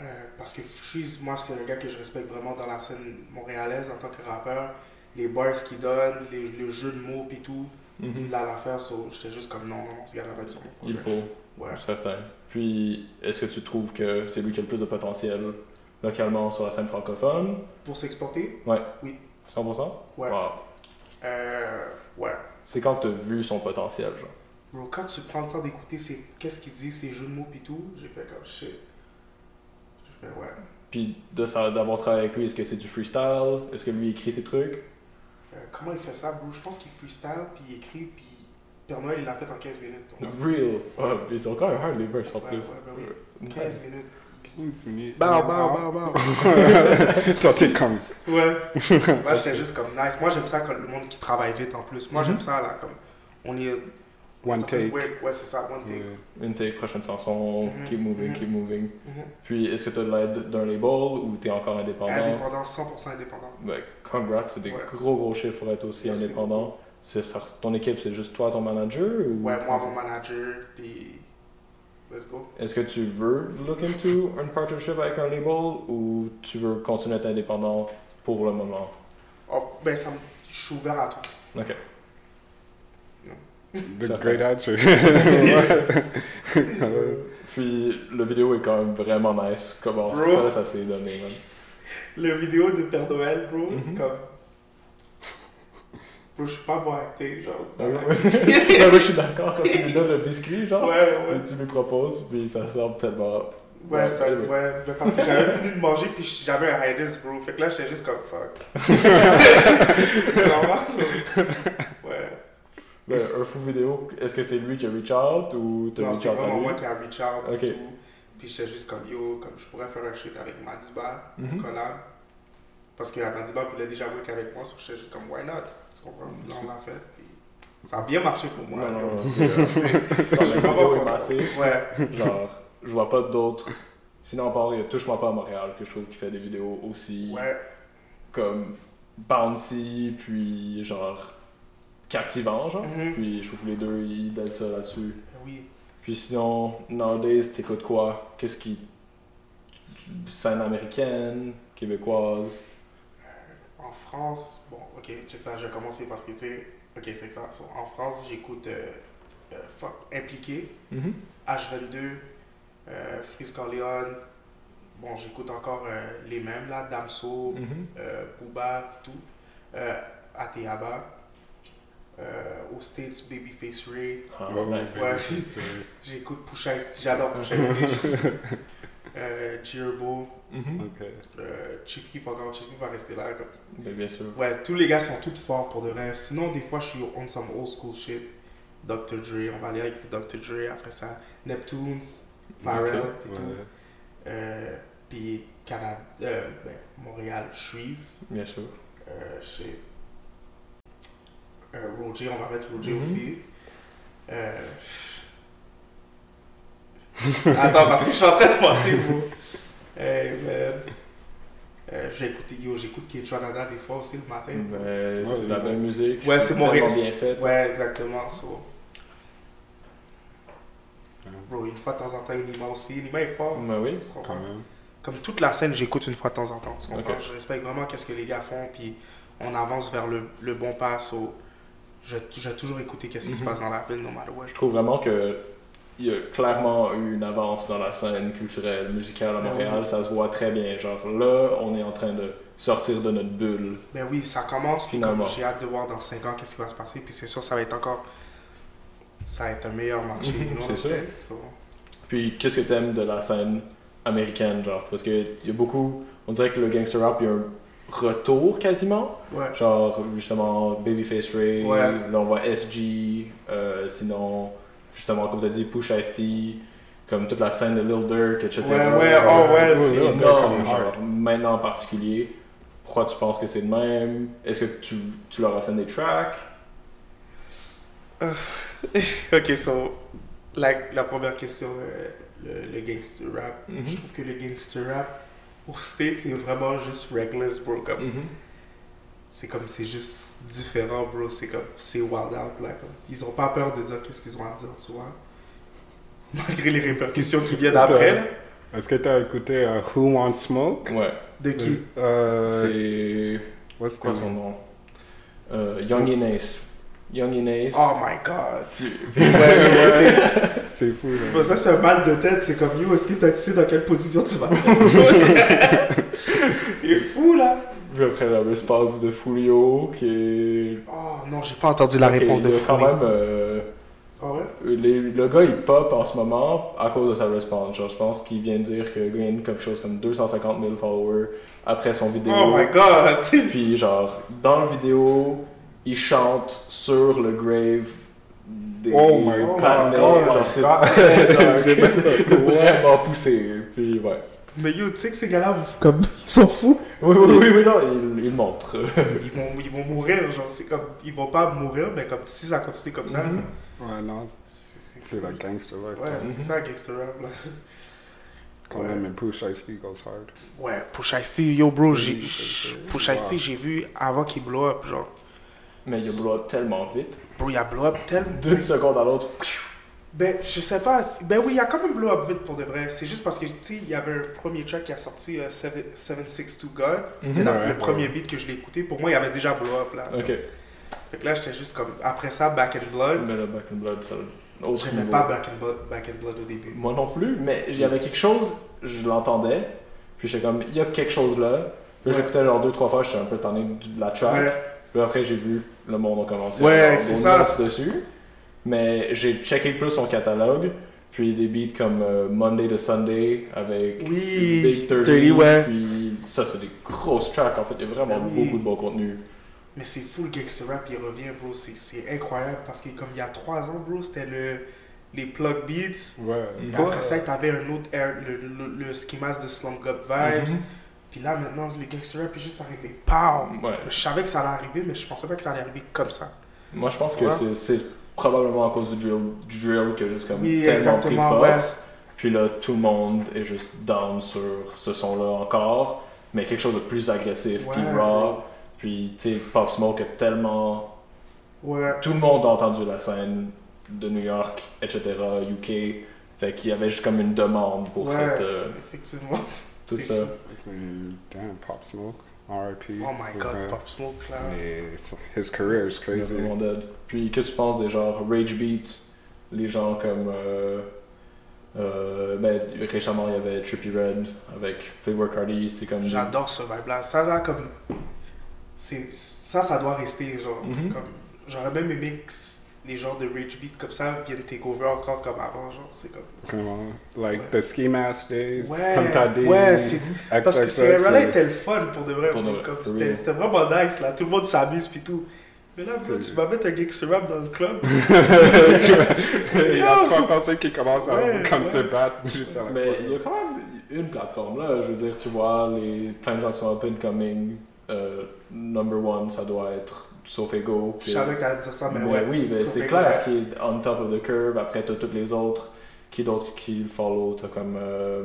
Speaker 2: Euh, parce que Freeze, moi, c'est un gars que je respecte vraiment dans la scène montréalaise en tant que rappeur. Les bars qu'il donne, les- le jeu de mots, pis tout. Il a l'affaire, so, j'étais juste comme non, non, non, ce gars-là va être sur mon
Speaker 1: Il
Speaker 2: projet.
Speaker 1: faut,
Speaker 2: Ouais.
Speaker 1: certain. Puis est-ce que tu trouves que c'est lui qui a le plus de potentiel localement sur la scène francophone
Speaker 2: Pour s'exporter,
Speaker 1: 100%
Speaker 2: ouais.
Speaker 1: Wow.
Speaker 2: Euh, ouais.
Speaker 1: C'est quand tu as vu son potentiel, genre.
Speaker 2: Bro, quand tu prends le temps d'écouter c'est qu'est-ce qu'il dit, ses jeux de mots pis tout, j'ai fait comme shit. J'ai fait ouais.
Speaker 1: Puis de sa- d'avoir travaillé avec lui, est-ce que c'est du freestyle Est-ce que lui écrit ses trucs
Speaker 2: Euh, comment il fait ça, bro? Je pense qu'il freestyle puis il écrit puis Père Noël, il l'a fait en 15 minutes. On va se-
Speaker 1: Real. Ouais, ils sont quand même hard les verses en
Speaker 2: Ouais,
Speaker 1: plus.
Speaker 2: ouais, ben oui. 15 minutes.
Speaker 4: Bow, bow, bow. Toi, t'es comme.
Speaker 2: Ouais. Moi, j'étais juste comme nice. Moi, j'aime ça quand le monde qui travaille vite en plus. Moi, j'aime ça là, comme on est.
Speaker 4: Mhm. One take.
Speaker 2: Ouais, ouais, c'est ça, one take.
Speaker 4: Ouais.
Speaker 1: Une take, prochaine chanson,
Speaker 2: Mhm,
Speaker 1: keep moving,
Speaker 2: mhm.
Speaker 1: keep moving.
Speaker 2: Mhm.
Speaker 1: Puis est-ce que tu as l'aide d'un label ou tu es encore indépendant
Speaker 2: Indépendant, 100% indépendant.
Speaker 1: Ben, congrats, c'est des
Speaker 2: Ouais.
Speaker 1: gros gros chiffres pour être aussi
Speaker 2: Merci
Speaker 1: indépendant. C'est ça- ton équipe, c'est juste toi, ton manager ou...
Speaker 2: Ouais, moi, mon manager, puis. Let's go.
Speaker 1: Est-ce que tu veux look into une partnership avec un label ou tu veux continuer à être indépendant pour le moment
Speaker 2: Oh, ben, ça me. Je suis ouvert à tout.
Speaker 1: Ok.
Speaker 4: The
Speaker 1: Ça
Speaker 4: great
Speaker 1: fait.
Speaker 4: answer.
Speaker 1: Puis le vidéo est quand même vraiment nice. Comment ça,
Speaker 2: Bro.
Speaker 1: ça s'est donné, man.
Speaker 2: Le vidéo de Père Noël, bro,
Speaker 1: Mhm.
Speaker 2: comme. Bro, je suis pas bon à acter, genre.
Speaker 1: Ah
Speaker 2: ouais,
Speaker 1: ouais. Ouais, moi, je suis d'accord quand tu lui donnes le biscuit, genre.
Speaker 2: ouais. ouais.
Speaker 1: puis Tu lui proposes, puis ça semble tellement.
Speaker 2: Ouais, ça,
Speaker 1: anyway.
Speaker 2: ouais, mais parce que j'avais fini de manger puis j'avais un hiatus, bro. Fait que là, j'étais juste comme fuck. C'est normal, ça. Ouais.
Speaker 1: Ben, un fou vidéo, est-ce que c'est lui qui a reach out ou t'as
Speaker 2: Non,
Speaker 1: reach
Speaker 2: c'est
Speaker 1: out à
Speaker 2: vraiment
Speaker 1: lui
Speaker 2: moi qui ai reach out et
Speaker 1: Ok.
Speaker 2: tout. Puis j'étais juste comme yo, comme je pourrais faire un shit avec Madiba,
Speaker 1: Mhm.
Speaker 2: collab. Parce que Madiba voulait déjà work avec moi, donc j'étais juste comme why not Tu comprends Là, on l'a fait. puis ça a bien marché pour moi.
Speaker 1: Ouais,
Speaker 2: genre.
Speaker 1: ouais,
Speaker 2: C'est-
Speaker 1: Genre,
Speaker 2: je suis
Speaker 1: la
Speaker 2: vraiment
Speaker 1: vidéo est
Speaker 2: content.
Speaker 1: massée.
Speaker 2: Ouais.
Speaker 1: Genre, je vois pas d'autres. Sinon, à part, il y a Touche-moi pas à Montréal, que je trouve qui fait des vidéos aussi
Speaker 2: Ouais.
Speaker 1: comme bouncy, puis genre captivant, genre.
Speaker 2: Mhm.
Speaker 1: Puis je trouve que les deux, ils donnent ça là-dessus.
Speaker 2: Oui.
Speaker 1: Puis sinon, nowadays, t'écoutes quoi Qu'est-ce qui. scène américaine, québécoise
Speaker 2: En France, bon, ok, check ça, je vais commencer parce que tu sais, ok, c'est que ça. So, en France, j'écoute euh, euh, fuck, Impliqué,
Speaker 1: Mhm.
Speaker 2: H22, euh, Fris Corleone. Bon, j'écoute encore euh, les mêmes là, Damso,
Speaker 1: Mhm.
Speaker 2: euh, Booba, tout. Euh, Ateaba. Euh, aux States, Babyface Ray.
Speaker 1: Ah,
Speaker 4: Ouais, ouais,
Speaker 1: nice.
Speaker 2: Ouais.
Speaker 4: c'est- c'est-
Speaker 2: J'écoute Pusha T- j'adore Pusha T. euh, Jirbo,
Speaker 1: Mhm.
Speaker 4: ok.
Speaker 2: euh, Chief Keef encore, Chief Keef va rester là. Comme...
Speaker 1: Ben, bien sûr.
Speaker 2: Ouais, tous les gars sont tous forts pour de vrai. Sinon, des fois, je suis on some old school shit. Dr. Dre, on va aller avec le Dr. Dre. Après ça, Neptunes, Pharrell
Speaker 4: Ok,
Speaker 2: et
Speaker 4: ouais.
Speaker 2: tout. Euh, puis Canada, euh, ben, Montréal, Shreeze.
Speaker 1: Bien sûr.
Speaker 2: Euh, chez euh, Roger, on va mettre Roger
Speaker 1: Mhm.
Speaker 2: aussi. Euh, Attends, parce que je suis en train de penser, vous. Hey, man. Euh, j'ai écouté, yo, j'écoute Kate Tranada des fois aussi le matin.
Speaker 1: Ben,
Speaker 4: Ouais,
Speaker 1: c'est de la
Speaker 4: ouais.
Speaker 1: belle musique.
Speaker 2: Ouais, c'est mon
Speaker 1: tellement
Speaker 2: ré-
Speaker 1: bien fait.
Speaker 2: Ouais, exactement. so.
Speaker 4: Ouais.
Speaker 2: Bro, une fois de temps en temps, Nima aussi. Nima est fort.
Speaker 1: Ben oui.
Speaker 2: Tu comprends?
Speaker 4: Quand même.
Speaker 2: Comme toute la scène, j'écoute une fois de temps en temps. tu comprends?
Speaker 1: Ok.
Speaker 2: Je respecte vraiment qu'est-ce que les gars font, puis on avance vers le, le bon pas. so, je- J'ai toujours écouté qu'est-ce qui se
Speaker 1: Mhm.
Speaker 2: passe dans la ville, no matter what.
Speaker 1: Je trouve vraiment que il y a clairement eu une avance dans la scène culturelle, musicale à Montréal. Ça se voit très bien. Genre là, on est en train de sortir de notre bulle.
Speaker 2: Ben oui, ça commence, puis
Speaker 1: Finalement.
Speaker 2: comme j'ai hâte de voir dans 5 ans qu'est-ce qui va se passer, puis c'est sûr, ça va être encore. Ça va être un meilleur marché.
Speaker 1: Mhm,
Speaker 2: you know
Speaker 1: c'est
Speaker 2: what I'm
Speaker 1: sûr.
Speaker 2: saying? So,
Speaker 1: Puis qu'est-ce que t'aimes de la scène américaine, genre Parce que il y a beaucoup. On dirait que le gangster rap, il y a un retour quasiment.
Speaker 2: ouais.
Speaker 1: Genre justement Babyface Ray.
Speaker 2: Ouais.
Speaker 1: Là, on voit SG. euh, sinon, justement comme t'as dit, Push T. Comme toute la scène de Lil Durk, etc.
Speaker 2: Ouais, ouais, oh ouais,
Speaker 4: Ouais,
Speaker 2: c'est-
Speaker 4: ouais.
Speaker 1: énorme,
Speaker 4: comme
Speaker 1: genre,
Speaker 4: hard.
Speaker 1: maintenant en particulier. Pourquoi tu penses que c'est le même Est-ce que tu, tu leur as scène des tracks
Speaker 2: Ok, so, la, la première question, euh, le, le gangster rap.
Speaker 1: Mhm.
Speaker 2: Je trouve que le gangster rap au States c'est vraiment juste reckless, bro. Comme, c'est comme, c'est juste différent, bro. C'est comme, c'est wild out, là. Comme, ils ont pas peur de dire qu'est-ce qu'ils ont à dire, tu vois. Malgré les répercussions qui viennent après, là.
Speaker 4: Est-ce que tu as écouté euh, Who Wants Smoke
Speaker 1: Ouais.
Speaker 2: De qui
Speaker 4: Euh,
Speaker 1: C'est.
Speaker 4: what's
Speaker 1: C'est quoi
Speaker 4: the
Speaker 1: son
Speaker 4: name?
Speaker 1: nom Euh, Young Innes. Young Innes.
Speaker 2: Oh my god.
Speaker 1: Tu-
Speaker 4: C'est fou. là.
Speaker 2: Bon, ça, c'est un mal de tête. C'est comme, yo, est-ce que t'as- tu sais dans quelle position tu vas T'es fou, là.
Speaker 1: Puis après la response de Fulio qui est.
Speaker 2: Oh non, j'ai pas entendu la
Speaker 1: qui est
Speaker 2: réponse de
Speaker 1: quand
Speaker 2: Fully.
Speaker 1: même. euh,
Speaker 2: Ah ouais?
Speaker 1: les- le gars il pop en ce moment à cause de sa response. Genre, je pense qu'il vient de dire qu'il gagne quelque chose comme 250 000 followers après son vidéo.
Speaker 2: Oh my god!
Speaker 1: Puis genre, dans la vidéo, il chante sur le grave des
Speaker 4: Oh my
Speaker 2: God.
Speaker 1: Panamés.
Speaker 4: Oh my
Speaker 1: Genre, c'est
Speaker 4: God.
Speaker 1: très
Speaker 4: J'ai
Speaker 1: dark.
Speaker 4: pas ça.
Speaker 1: C'est vraiment poussé. Puis ouais.
Speaker 2: Mais yo, tu sais que ces gars-là, vous- comme, ils s'en foutent.
Speaker 1: Oui, oui, oui, oui, non, il, il montre.
Speaker 2: Ils vont, ils vont mourir, genre, c'est comme, ils vont pas mourir, mais comme, si ça continue comme ça.
Speaker 1: Mhm.
Speaker 4: Ouais, non,
Speaker 2: c'est-
Speaker 4: c'est la gangster life.
Speaker 2: Ouais,
Speaker 1: Mhm.
Speaker 2: c'est ça, gangster rap, là.
Speaker 4: Quand même, mais Push Ice Lee goes hard.
Speaker 2: Ouais, Pusha T, yo, bro, j'ai,
Speaker 4: Oui, c'est ça.
Speaker 2: Pusha T,
Speaker 4: Wow.
Speaker 2: j'ai vu avant qu'il blow up, genre.
Speaker 1: Mais il blow up tellement vite.
Speaker 2: Bro, il a blow up tellement.
Speaker 1: D'une seconde à l'autre.
Speaker 2: Ben, je sais pas. si- Ben oui, il y a quand même blow up vite pour de vrai. C'est juste parce que, tu sais, il y avait un premier track qui a sorti, euh, 762 God. C'était
Speaker 1: Mhm.
Speaker 2: la-
Speaker 4: Ouais,
Speaker 2: le
Speaker 4: ouais.
Speaker 2: premier beat que je l'ai écouté. Pour moi, il y avait déjà blow up là.
Speaker 1: Ok.
Speaker 2: Fait que là, j'étais juste comme. Après ça, Back and Blood.
Speaker 1: Mais le Back in Blood, ça. Autre
Speaker 2: J'aimais
Speaker 1: niveau.
Speaker 2: pas Back and, Blood, Back and Blood au début.
Speaker 1: Moi non plus, mais il y avait quelque chose, je l'entendais. Puis j'étais comme, il y a quelque chose là. Puis
Speaker 2: Ouais.
Speaker 1: j'écoutais genre deux, trois fois, j'étais un peu tanné du- de la track.
Speaker 2: Ouais,
Speaker 1: Puis après, j'ai vu le monde a commencé
Speaker 2: Ouais,
Speaker 1: faire
Speaker 2: c'est
Speaker 1: des
Speaker 2: ça.
Speaker 1: notes dessus. Mais j'ai checké plus son catalogue. Puis des beats comme euh, Monday to Sunday avec
Speaker 2: Oui,
Speaker 1: Big 30.
Speaker 2: 30, ouais.
Speaker 1: Puis ça, c'est des grosses tracks en fait. Il y a vraiment
Speaker 2: Ah oui.
Speaker 1: beaucoup de bon contenu.
Speaker 2: mais c'est fou le gangster rap, il revient, bro. C'est- C'est incroyable parce que, comme il y a trois ans, bro, c'était le. les plug beats.
Speaker 4: Ouais.
Speaker 1: Mhm.
Speaker 2: Puis Après ça, t'avais un autre air, le, le, le schemas de Slum Up Vibes.
Speaker 1: Mhm.
Speaker 2: Puis là, maintenant, le gangster rap est juste arrivé. Pow!
Speaker 1: Ouais.
Speaker 2: Je savais que ça allait arriver, mais je pensais pas que ça allait arriver comme ça.
Speaker 1: Moi, je pense que
Speaker 2: Ouais.
Speaker 1: c'est- c'est probablement à cause du drill, du drill qui a juste comme
Speaker 2: Oui,
Speaker 1: tellement pris de
Speaker 2: exactement,
Speaker 1: force. Puis là, tout le monde est juste down sur ce son-là encore, mais quelque chose de plus agressif, puis
Speaker 2: Ouais.
Speaker 1: raw. Puis, tu sais, Pop Smoke a tellement.
Speaker 2: Ouais.
Speaker 1: Tout le monde a entendu la scène de New York, etc., UK. Fait qu'il y avait juste comme une demande pour
Speaker 2: Ouais.
Speaker 1: cette. euh,
Speaker 2: Effectivement.
Speaker 1: tout
Speaker 2: C'est
Speaker 1: ça.
Speaker 2: fou.
Speaker 4: Mm, Damn, Pop Smoke, R.I.P.
Speaker 2: Oh my god, Pop Smoke là.
Speaker 4: His career is
Speaker 1: Mais
Speaker 4: crazy.
Speaker 1: vraiment dead. Puis qu'est-ce que tu penses des genres Rage Beat, les gens comme. Euh, euh, ben, récemment il y avait Trippy Red avec Playwork Hardy, c'est comme.
Speaker 2: J'adore ce vibe là. Ça là, comme. c'est- Ça, ça doit rester, genre.
Speaker 1: Mhm.
Speaker 2: comme- J'aurais même aimé que s- les genres de Rage Beat comme ça viennent take over encore comme avant, genre. C'est comme.
Speaker 4: Come on. Like the ski mask days. Comme t'as
Speaker 2: Ouais,
Speaker 4: dit.
Speaker 2: ouais, c'est. Parce que ces
Speaker 4: XXX,
Speaker 2: là était le fun pour de vrai.
Speaker 1: Pour de vrai,
Speaker 2: Comme
Speaker 1: for
Speaker 2: C'était
Speaker 1: real.
Speaker 2: c'était vraiment nice là. Tout le monde s'amuse puis tout. Mais là, bro,
Speaker 4: C'est-
Speaker 2: tu vas mettre un gangster rap dans le club.
Speaker 4: Il y a trois personnes qui commencent à
Speaker 2: Ouais,
Speaker 4: comme
Speaker 2: ouais.
Speaker 4: se battre juste à la
Speaker 1: Mais
Speaker 4: fois.
Speaker 1: il y a quand même une plateforme là, je veux dire, tu vois, les, plein de gens qui sont up and coming. euh, number one, ça doit être Sofego.
Speaker 2: Je savais que t'allais me dire ça, mais,
Speaker 1: Mais
Speaker 2: ouais.
Speaker 1: oui, mais
Speaker 2: ça
Speaker 1: c'est
Speaker 2: fait
Speaker 1: clair qu'il est on top of the curve. Après, t'as toutes les autres. Qui d'autres qui le follow T'as comme. euh,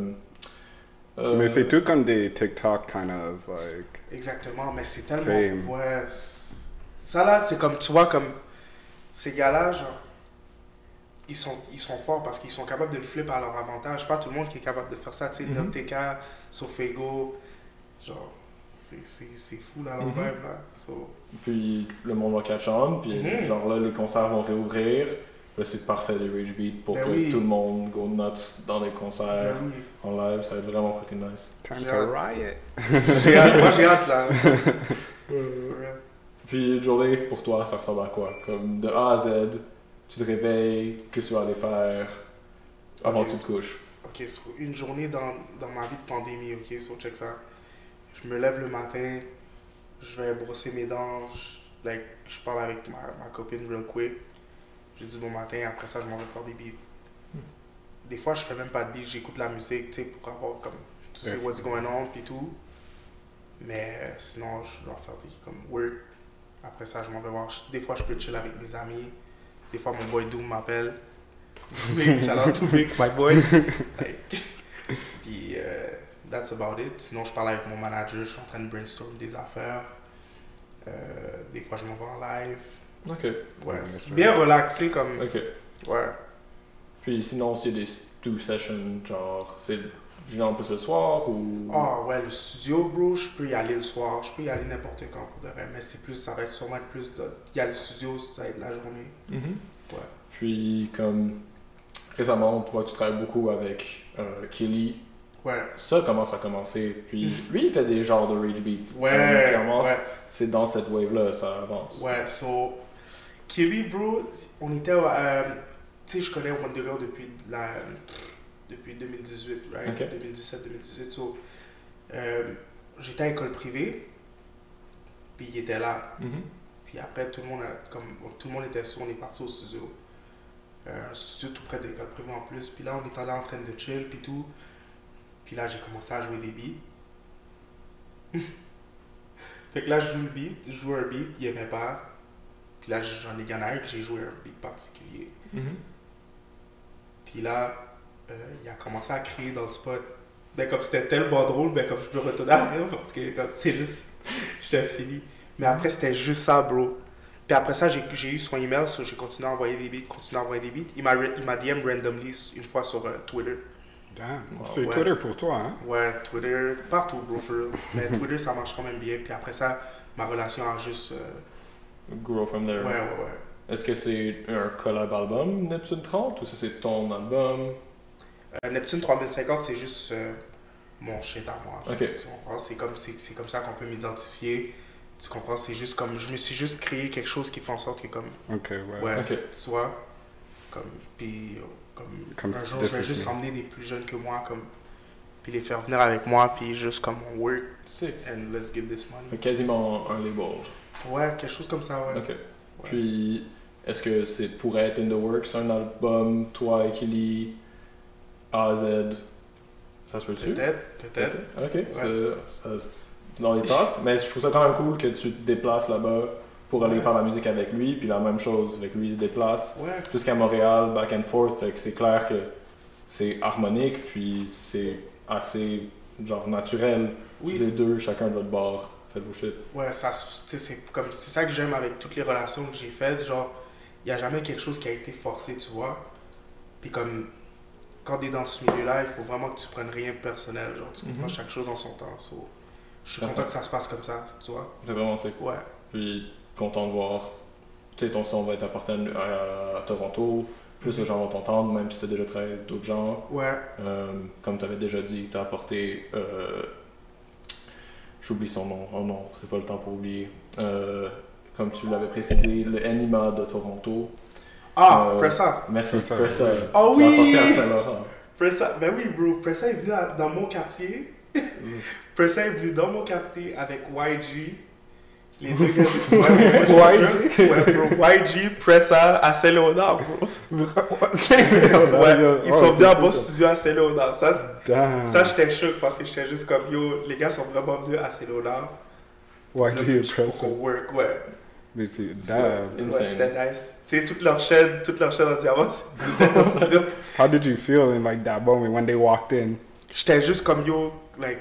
Speaker 1: euh,
Speaker 4: Mais c'est tout comme des TikTok kind of like.
Speaker 2: Exactement, mais c'est tellement.
Speaker 4: Fame.
Speaker 2: Ouais. c'est- Ça là, c'est comme, tu vois, comme ces gars-là, genre, ils sont, ils sont forts parce qu'ils sont capables de le flip à leur avantage. Pas tout le monde qui est capable de faire ça, tu sais,
Speaker 1: Mhm.
Speaker 2: Noteka, Sofego, genre, c'est- c'est c'est fou là, leur
Speaker 1: Mhm.
Speaker 2: vibe, là. So,
Speaker 1: Puis le monde va catch on, puis
Speaker 2: Mhm.
Speaker 1: genre là, les concerts vont réouvrir. Là, c'est parfait les Rage Beat pour
Speaker 2: Ben
Speaker 1: que
Speaker 2: oui.
Speaker 1: tout le monde go nuts dans les concerts,
Speaker 2: ben oui.
Speaker 1: en live, ça va être vraiment fucking nice.
Speaker 4: Time
Speaker 2: Yeah.
Speaker 4: to riot.
Speaker 2: J'ai hâte, moi j'ai hâte là. Ouais.
Speaker 1: Puis une journée pour toi, ça ressemble à quoi Comme de A à Z, tu te réveilles, qu'est-ce que tu vas aller faire avant
Speaker 2: Ok.
Speaker 1: que tu te couches
Speaker 2: Ok, so, une journée dans, dans ma vie de pandémie, ok, so check ça. Je me lève le matin, je vais brosser mes dents, je, like, je parle avec ma, ma copine real quick. Je dis bon matin, après ça, je m'en vais faire des beats. Des fois, je fais même pas de beats, j'écoute la musique, tu sais, pour avoir comme, tu sais,
Speaker 4: Yes.
Speaker 2: what's going on, puis tout. Mais euh, sinon, je dois faire des comme work. Après ça, je m'en vais voir. Des fois, je peux chill avec mes amis. Des fois, mon boy Doom m'appelle. J'adore tout mix, my boy. Like, Puis, euh, that's about it. Sinon, je parle avec mon manager, je suis en train de brainstorm des affaires. Euh, des fois, je m'en vais en live.
Speaker 1: Ok,
Speaker 2: Ouais,
Speaker 4: Ouais,
Speaker 2: c'est
Speaker 4: ça-
Speaker 2: bien relaxé comme.
Speaker 1: ok.
Speaker 2: Ouais.
Speaker 1: Puis sinon, c'est des two sessions, genre, c'est genre plus le soir ou.
Speaker 2: Ah ouais, le studio, bro, je peux y aller le soir, je peux y aller n'importe quand pour de vrai, mais c'est plus, ça va être sûrement plus. de- Il y a le studio, ça va être la journée.
Speaker 1: Mhm.
Speaker 2: Ouais.
Speaker 1: Puis comme récemment, tu vois, tu travailles beaucoup avec euh, Kelly.
Speaker 2: Ouais.
Speaker 1: Ça commence à commencer. Puis lui, il fait des genres de rage beat. Comme,
Speaker 2: Ouais,
Speaker 1: clairement,
Speaker 2: ouais.
Speaker 1: c'est dans cette wave-là, ça avance.
Speaker 2: Ouais, so, Kelly, bro, on était. euh, tu sais, je connais Wonder Girl depuis, la, depuis 2018, right?
Speaker 1: Ok.
Speaker 2: 2017-2018. So, euh, j'étais à école privée, puis il était là.
Speaker 1: Mhm.
Speaker 2: Puis après, tout le monde, a- comme, tout le monde était sur, on est parti au studio. Euh, un studio tout près de l'école privée en plus. Puis là, on était là en train de chill, puis tout. Puis là, j'ai commencé à jouer des beats. fait que là, je joue le beat, je joue un beat, il aimait pas. Puis là, j'en ai gagné un que j'ai joué un beat particulier.
Speaker 1: Mhm.
Speaker 2: Puis là, euh, il a commencé à crier dans le spot. Ben, comme c'était tellement drôle, ben, comme je me retourner à rire parce que comme c'est juste. J'étais fini. Mais après, c'était juste ça, bro. Puis après ça, j'ai j'ai eu son email, so j'ai continué à envoyer des beats, continué à envoyer des beats. Il m'a re- il m'a DM randomly une fois sur euh, Twitter.
Speaker 4: Damn.
Speaker 1: Wow.
Speaker 4: C'est
Speaker 2: Ouais.
Speaker 4: Twitter pour toi, hein?
Speaker 2: Ouais, Twitter, partout, bro, for real. Mais Twitter, ça marche quand même bien. Puis après ça, ma relation a juste. euh,
Speaker 1: Grow from there.
Speaker 2: Ouais, ouais, ouais.
Speaker 1: Est-ce que c'est un collab album Neptune 30 ou ça c'est ton album
Speaker 2: Euh, Neptune 3050, c'est juste euh, mon shit à moi.
Speaker 1: Ok.
Speaker 2: Tu comprends? C'est comme, c'est, c'est comme ça qu'on peut m'identifier. Tu comprends? C'est juste comme. Je me suis juste créé quelque chose qui fait en sorte que, comme.
Speaker 4: Ok, ouais.
Speaker 2: Ouais,
Speaker 1: Ok.
Speaker 2: c'est- tu vois. Comme. Puis. euh, Comme,
Speaker 4: Comme
Speaker 2: un
Speaker 4: si-
Speaker 2: jour, je
Speaker 4: this
Speaker 2: vais
Speaker 4: is
Speaker 2: juste
Speaker 4: me.
Speaker 2: emmener des plus jeunes que moi, comme. Puis les faire venir avec moi, puis juste comme on work
Speaker 1: C'est
Speaker 2: and let's give this money.
Speaker 1: quasiment un label.
Speaker 2: Ouais, quelque chose comme ça, ouais.
Speaker 1: Ok.
Speaker 2: Ouais.
Speaker 1: Puis Est-ce que c'est pourrait être in the works un album, toi et Kelly, A à Z Ça se peut-tu
Speaker 2: Peut-être, peut-être.
Speaker 1: Ok. c'est- ça- c'est dans les thoughts. Mais je trouve ça quand même cool que tu te déplaces là-bas pour aller
Speaker 2: Ouais.
Speaker 1: faire la musique avec lui. Puis la même chose, avec lui, il se déplace
Speaker 2: Ouais,
Speaker 1: jusqu'à Montréal, back and forth. Fait que c'est clair que c'est harmonique, puis c'est assez genre naturel.
Speaker 2: oui.
Speaker 1: Les deux, chacun de votre bord. Faites vos shit.
Speaker 2: Ouais, ça, tu sais, c'est comme, c'est ça que j'aime avec toutes les relations que j'ai faites. Genre, il n'y a jamais quelque chose qui a été forcé, tu vois. Puis comme, quand t'es dans ce milieu-là, il faut vraiment que tu prennes rien de personnel. Genre, tu
Speaker 1: Mhm.
Speaker 2: prends chaque chose en son temps. so, je suis
Speaker 1: D'accord.
Speaker 2: content que ça se passe comme ça, tu vois.
Speaker 1: C'est vraiment sick.
Speaker 2: Ouais,
Speaker 1: Puis content de voir. Tu sais, ton son va être apporté à, à Toronto.
Speaker 2: Mhm.
Speaker 1: Plus de gens vont t'entendre, même si t'as déjà travaillé avec d'autres gens.
Speaker 2: ouais,
Speaker 1: Euh, comme tu avais déjà dit, tu as apporté. euh, J'oublie son nom. Oh non, c'est pas le temps pour oublier. Euh, comme tu l'avais précédé, le Anima de Toronto.
Speaker 2: Ah,
Speaker 1: Euh,
Speaker 2: Pressa!
Speaker 1: Merci,
Speaker 4: Pressa,
Speaker 1: Pressa.
Speaker 4: oui.
Speaker 1: Tu l'as
Speaker 2: Oh oui!
Speaker 1: apporté à Saint-Laurent.
Speaker 2: Pressa, ben oui, bro. Pressa est venu dans- dans mon quartier.
Speaker 1: Mm.
Speaker 2: Pressa est venu dans mon quartier avec YG. Les deux gars. YG? Ouais, bro. YG, Pressa à Saint-Léonard, bro. Ouais,
Speaker 4: Oh,
Speaker 2: ils sont venus à mon studio à Saint-Léonard. Ça, c'est-
Speaker 4: Damn.
Speaker 2: ça j'étais choqué parce que j'étais juste comme yo, les gars sont vraiment venus à Saint-Léonard.
Speaker 4: Why
Speaker 2: Là,
Speaker 4: do you
Speaker 2: Pour
Speaker 4: press
Speaker 2: qu'on
Speaker 4: it?
Speaker 2: work, ouais.
Speaker 4: Mais c'est- damn.
Speaker 1: Insane.
Speaker 2: Ouais, c'était nice. Tu sais, toute leur chaîne, toute leur chaîne en diamant, c'est dans mon studio.
Speaker 4: How did you feel in like that moment when they walked in?
Speaker 2: J'étais juste comme yo, like,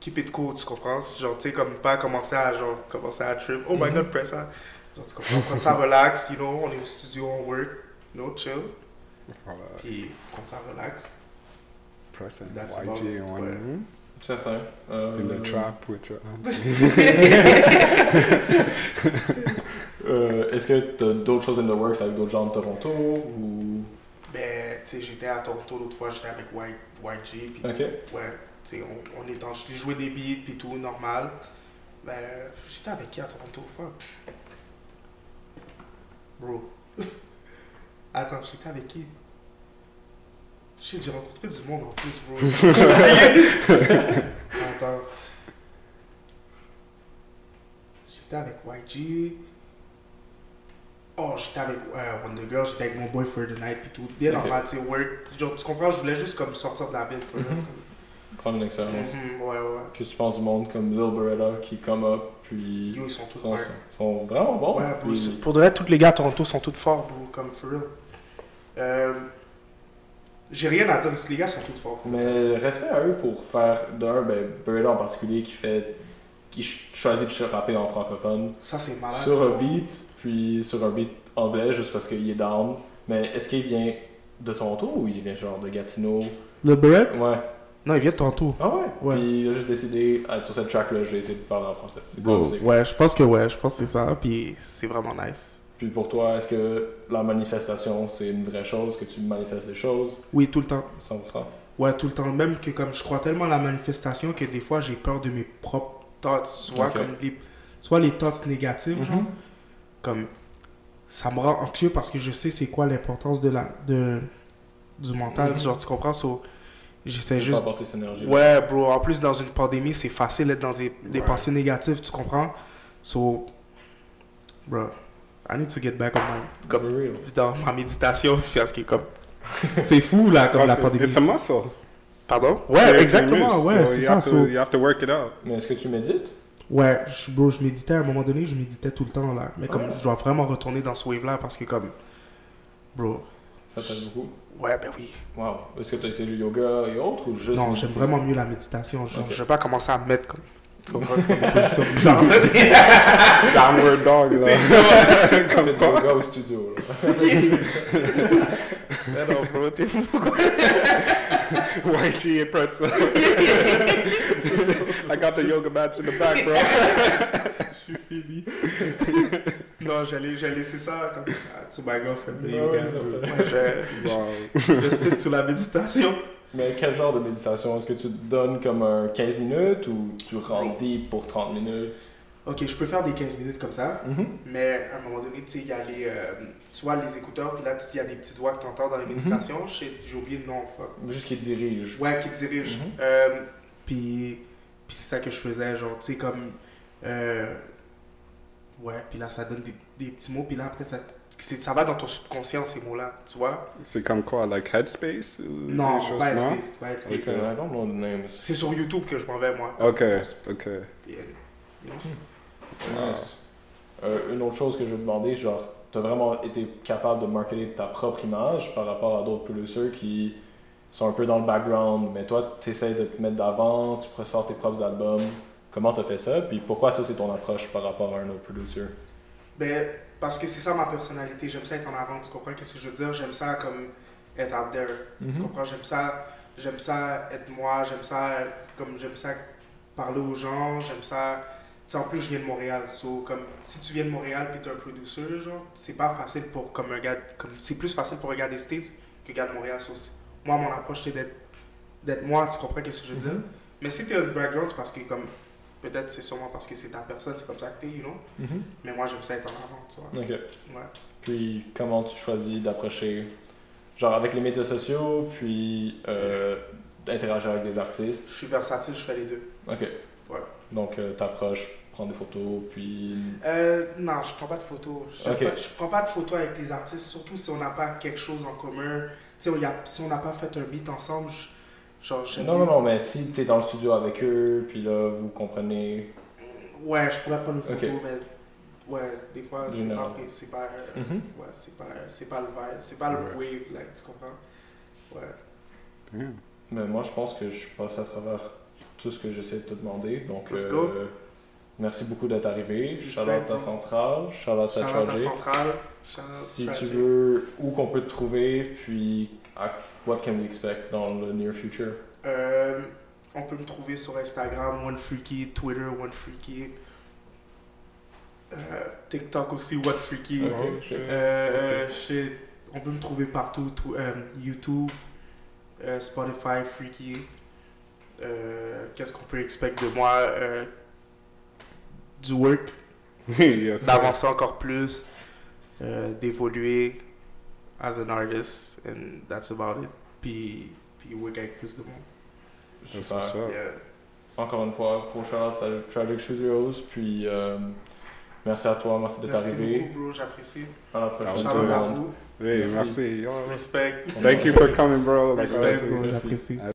Speaker 2: keep it cool, tu comprends? Genre, tu sais, comme pas commencer à, genre, commencer à trip. Oh
Speaker 4: Mm-hmm.
Speaker 2: my
Speaker 1: Mhm.
Speaker 2: god, press ça. Genre, tu comprends? Prendre ça relax, you know, on est au studio, on work, you know, chill.
Speaker 4: Voilà,
Speaker 2: Puis, prendre ça relax.
Speaker 4: press it,
Speaker 2: That's
Speaker 4: YG
Speaker 2: about
Speaker 4: and
Speaker 2: it, uh,
Speaker 4: one
Speaker 2: ouais.
Speaker 4: room,
Speaker 1: Certain. Euh,
Speaker 4: in the trap with your aunt.
Speaker 1: euh, Est-ce que tu as d'autres choses in the works avec d'autres gens de Toronto ou...
Speaker 2: Ben, tu sais, j'étais à Toronto l'autre fois, j'étais avec Y- YG, puis
Speaker 1: Ok.
Speaker 2: tout. Ouais, tu sais, on, on est en. Je jouais des beats, puis tout, normal. Ben, j'étais avec qui à Toronto? Fuck. Bro. Attends, j'étais avec qui? Shit, j'ai rencontré du monde en plus, bro. Attends. J'étais avec YG. Oh, j'étais avec euh, Wonder Girl, j'étais avec mon boy for the night, pis tout. Bien
Speaker 1: Ok.
Speaker 2: normal, tu sais, work. Genre, tu comprends, je voulais juste comme sortir de la ville. for real,
Speaker 1: Mhm.
Speaker 2: comme-
Speaker 1: Prendre une expérience.
Speaker 2: Mhm, ouais, ouais.
Speaker 1: Qu'est-ce que tu penses du monde comme Lil Beretta qui come up, puis...
Speaker 2: Yo, ils sont tous
Speaker 1: sont,
Speaker 2: hard.
Speaker 1: sont vraiment Oh, bons.
Speaker 2: Ouais, bro,
Speaker 1: puis-
Speaker 2: c'est- pour de vrai, tous les gars à Toronto sont tous forts, bro, comme for real. Euh, J'ai rien à dire, parce que les gars sont tous forts.
Speaker 1: Mais respect à eux pour faire d'un, ben, Bird en particulier qui fait qui ch- choisit de rapper en francophone
Speaker 2: Ça, Ah, c'est malade.
Speaker 1: sur euh,
Speaker 2: ça.
Speaker 1: un beat, puis sur un beat anglais juste parce qu'il est down. Mais est-ce qu'il vient de Toronto ou il vient genre de Gatineau
Speaker 2: Le Barrett
Speaker 1: Ouais.
Speaker 2: Non, il vient de Toronto.
Speaker 1: Ah ouais,
Speaker 2: Ouais.
Speaker 1: Puis il a juste décidé, ah, sur cette track-là, je vais essayer de parler en français. C'est comme ça.
Speaker 2: Ouais, je pense que ouais, je pense que c'est ça, puis c'est vraiment nice.
Speaker 1: Puis pour toi, est-ce que la manifestation, c'est une vraie chose, que tu manifestes des choses
Speaker 2: Oui, tout le temps.
Speaker 1: 100%
Speaker 2: Ouais, tout le temps. Même que comme je crois tellement à la manifestation que des fois j'ai peur de mes propres thoughts. Soit,
Speaker 1: Ok. Mhm.
Speaker 2: comme les, soit les thoughts négatives, genre. Comme ça me rend anxieux parce que je sais c'est quoi l'importance de la de, du mental.
Speaker 1: Mhm.
Speaker 2: Genre, tu comprends? So, J'essaie
Speaker 1: Faut pas
Speaker 2: juste
Speaker 1: apporter cette énergie
Speaker 2: Ouais, bro. En plus, dans une pandémie, c'est facile d'être dans des, des
Speaker 4: Ouais.
Speaker 2: pensées négatives, tu comprends? So, bro, I need to get back on my,
Speaker 1: For
Speaker 2: comme,
Speaker 1: real.
Speaker 2: dans ma méditation, parce que comme, c'est fou, là, comme la
Speaker 4: Parce que
Speaker 2: pandémie.
Speaker 4: It's a muscle.
Speaker 2: Pardon?
Speaker 4: It's
Speaker 2: Ouais,
Speaker 4: a
Speaker 2: exactement,
Speaker 4: muscle,
Speaker 2: ouais,
Speaker 4: so
Speaker 2: c'est
Speaker 4: you
Speaker 2: ça.
Speaker 4: have to-
Speaker 2: so-
Speaker 4: You have to work it out.
Speaker 1: Mais est-ce que tu médites
Speaker 2: ouais, je, bro, je méditais à un moment donné, je méditais tout le temps, là. Mais comme,
Speaker 1: Ouais.
Speaker 2: je dois vraiment retourner dans ce wave-là, parce que comme, bro,
Speaker 1: Ça t'aide beaucoup
Speaker 2: ouais, ben oui.
Speaker 1: Wow. Est-ce que tu as essayé le yoga et autres ou juste
Speaker 2: Non,
Speaker 1: méditer?
Speaker 2: j'aime vraiment mieux la méditation. Je,
Speaker 1: Ok.
Speaker 2: je vais pas commencer à me mettre comme, tu comprends, des positions bizarres.
Speaker 4: Downward dog, là.
Speaker 1: Fais
Speaker 4: Comme
Speaker 1: du
Speaker 4: quoi?
Speaker 1: yoga au studio. là.
Speaker 2: Mais non, bro, t'es fou, quoi.
Speaker 4: YG et press it. I got the yoga mats in the back, bro.
Speaker 2: Je suis fini. non, j'allais, j'allais laisser ça comme ah, to my girlfriend.
Speaker 1: Ouais,
Speaker 2: you
Speaker 1: ouais,
Speaker 2: guys.
Speaker 1: ça peut.
Speaker 2: Moi, je,
Speaker 4: Wow.
Speaker 2: je stick to la méditation.
Speaker 1: Mais quel genre de méditation Est-ce que tu te donnes comme un 15 minutes ou tu rentres deep pour 30 minutes
Speaker 2: Ok, je peux faire des 15 minutes comme ça,
Speaker 1: Mhm.
Speaker 2: mais à un moment donné, tu sais, il y a les, euh, tu vois, les écouteurs, puis là, tu- il y a des petites voix que t'entends dans les méditations. Shit, J'ai oublié le nom, fuck.
Speaker 1: Juste qui te dirige.
Speaker 2: Ouais, qui te dirige.
Speaker 1: Mhm.
Speaker 2: Euh, puis, puis c'est ça que je faisais, genre, tu sais, comme. euh, ouais, puis là, ça donne des, des petits mots, puis là, après, ça, c'est- ça va dans ton subconscient, ces mots-là, tu vois.
Speaker 4: C'est comme quoi, like Headspace Uh, ou des
Speaker 2: Non,
Speaker 4: choses,
Speaker 2: pas
Speaker 4: non?
Speaker 2: Headspace, pas Headspace.
Speaker 1: I don't know the names.
Speaker 2: C'est sur YouTube que je m'en vais, moi.
Speaker 4: Ok, ok.
Speaker 2: Puis, euh, you know.
Speaker 4: Wow.
Speaker 1: Nice. Euh, une autre chose que je veux demander, genre, tu as vraiment été capable de marketer ta propre image par rapport à d'autres producers qui sont un peu dans le background, mais toi, tu essaies de te mettre d'avant, tu ressors tes propres albums. Comment tu as fait ça? Puis pourquoi ça, c'est ton approche par rapport à un autre producer?
Speaker 2: Ben, parce que c'est ça ma personnalité. J'aime ça être en avant, tu comprends ce que je veux dire? J'aime ça comme être out there, tu comprends? J'aime ça, j'aime ça être moi, j'aime ça, comme j'aime ça parler aux gens, j'aime ça... Tu sais, en plus, je viens de Montréal, so, comme, si tu viens de Montréal et t'es un producer, genre, c'est pas facile pour, comme un gars, comme, c'est plus facile pour un gars des States que gars de Montréal, so, c'est- moi, mon approche, c'est d'être, d'être moi, tu comprends ce que je veux dire? Mais si t'es un background, c'est parce que, comme, peut-être c'est sûrement parce que c'est ta personne, c'est comme ça que t'es, you know? Mais moi, j'aime ça être en avant, tu vois.
Speaker 1: Ok.
Speaker 2: Ouais.
Speaker 1: Puis comment tu choisis d'approcher, genre, avec les médias sociaux, puis euh, d'interagir avec des artistes?
Speaker 2: Je suis versatile, je fais les deux.
Speaker 1: Ok.
Speaker 2: Ouais.
Speaker 1: Donc, tu approches, prends des photos, puis.
Speaker 2: Euh, non, je prends pas de photos. Je,
Speaker 1: Ok.
Speaker 2: pas- je prends pas de photos avec les artistes, surtout si on n'a pas quelque chose en commun. Tu sais, il y a- si on n'a pas fait un beat ensemble, je- genre, j'aime
Speaker 1: Non,
Speaker 2: mieux-
Speaker 1: non, non, mais si t'es dans le studio avec eux, puis là, vous comprenez.
Speaker 2: Ouais, je pourrais prendre une photo,
Speaker 1: Ok.
Speaker 2: mais ouais, des fois, c'est
Speaker 1: Général.
Speaker 2: pas, pré- c'est pas, euh,
Speaker 1: Mhm.
Speaker 2: ouais, c'est pas, euh, c'est pas le vibe, c'est pas le wave, like, tu comprends? Ouais.
Speaker 4: Damn.
Speaker 1: Mais moi, je pense que je passe à travers tout ce que j'essaie de te demander. Donc, euh,
Speaker 2: Let's go.
Speaker 1: merci beaucoup d'être arrivé.
Speaker 2: Respect,
Speaker 1: Charlotte à
Speaker 2: bro.
Speaker 1: Centrale, Charlotte à
Speaker 2: Shout-out à
Speaker 1: Chargé.
Speaker 2: Centrale. shout-out
Speaker 1: Si tu
Speaker 2: Tragic.
Speaker 1: veux, où qu'on peut te trouver, puis à- what can we expect dans le near future.
Speaker 2: Euh, on peut me trouver sur Instagram, One Freaky, Twitter, One Freaky, euh, TikTok aussi, One Freaky.
Speaker 4: Ah
Speaker 1: Ok,
Speaker 2: Euh,
Speaker 1: shit.
Speaker 2: euh, shit, on peut me trouver partout, tout, euh, YouTube, euh, Spotify, Freaky. Euh, Qu'est-ce qu'on peut expecter de moi Euh, Du work,
Speaker 4: yes, sir.
Speaker 2: d'avancer encore plus, euh, d'évoluer as an artist, and that's about it. Puis, puis work avec plus de monde.
Speaker 4: That's
Speaker 1: Super.
Speaker 4: what's up.
Speaker 2: Yeah.
Speaker 1: Encore une fois, gros shout-out à Tragic Studios, puis euh, merci à toi, merci d'être
Speaker 2: Merci
Speaker 1: arrivé.
Speaker 2: beaucoup, bro, j'apprécie.
Speaker 1: À la prochaine.
Speaker 4: Merci.
Speaker 2: Shout out à vous.
Speaker 4: Hey,
Speaker 1: Merci.
Speaker 4: merci. yo.
Speaker 2: Respect.
Speaker 1: On
Speaker 4: Thank you for coming, bro. Like,
Speaker 2: Respect,
Speaker 4: honestly.
Speaker 2: bro,
Speaker 1: Merci.
Speaker 2: j'apprécie.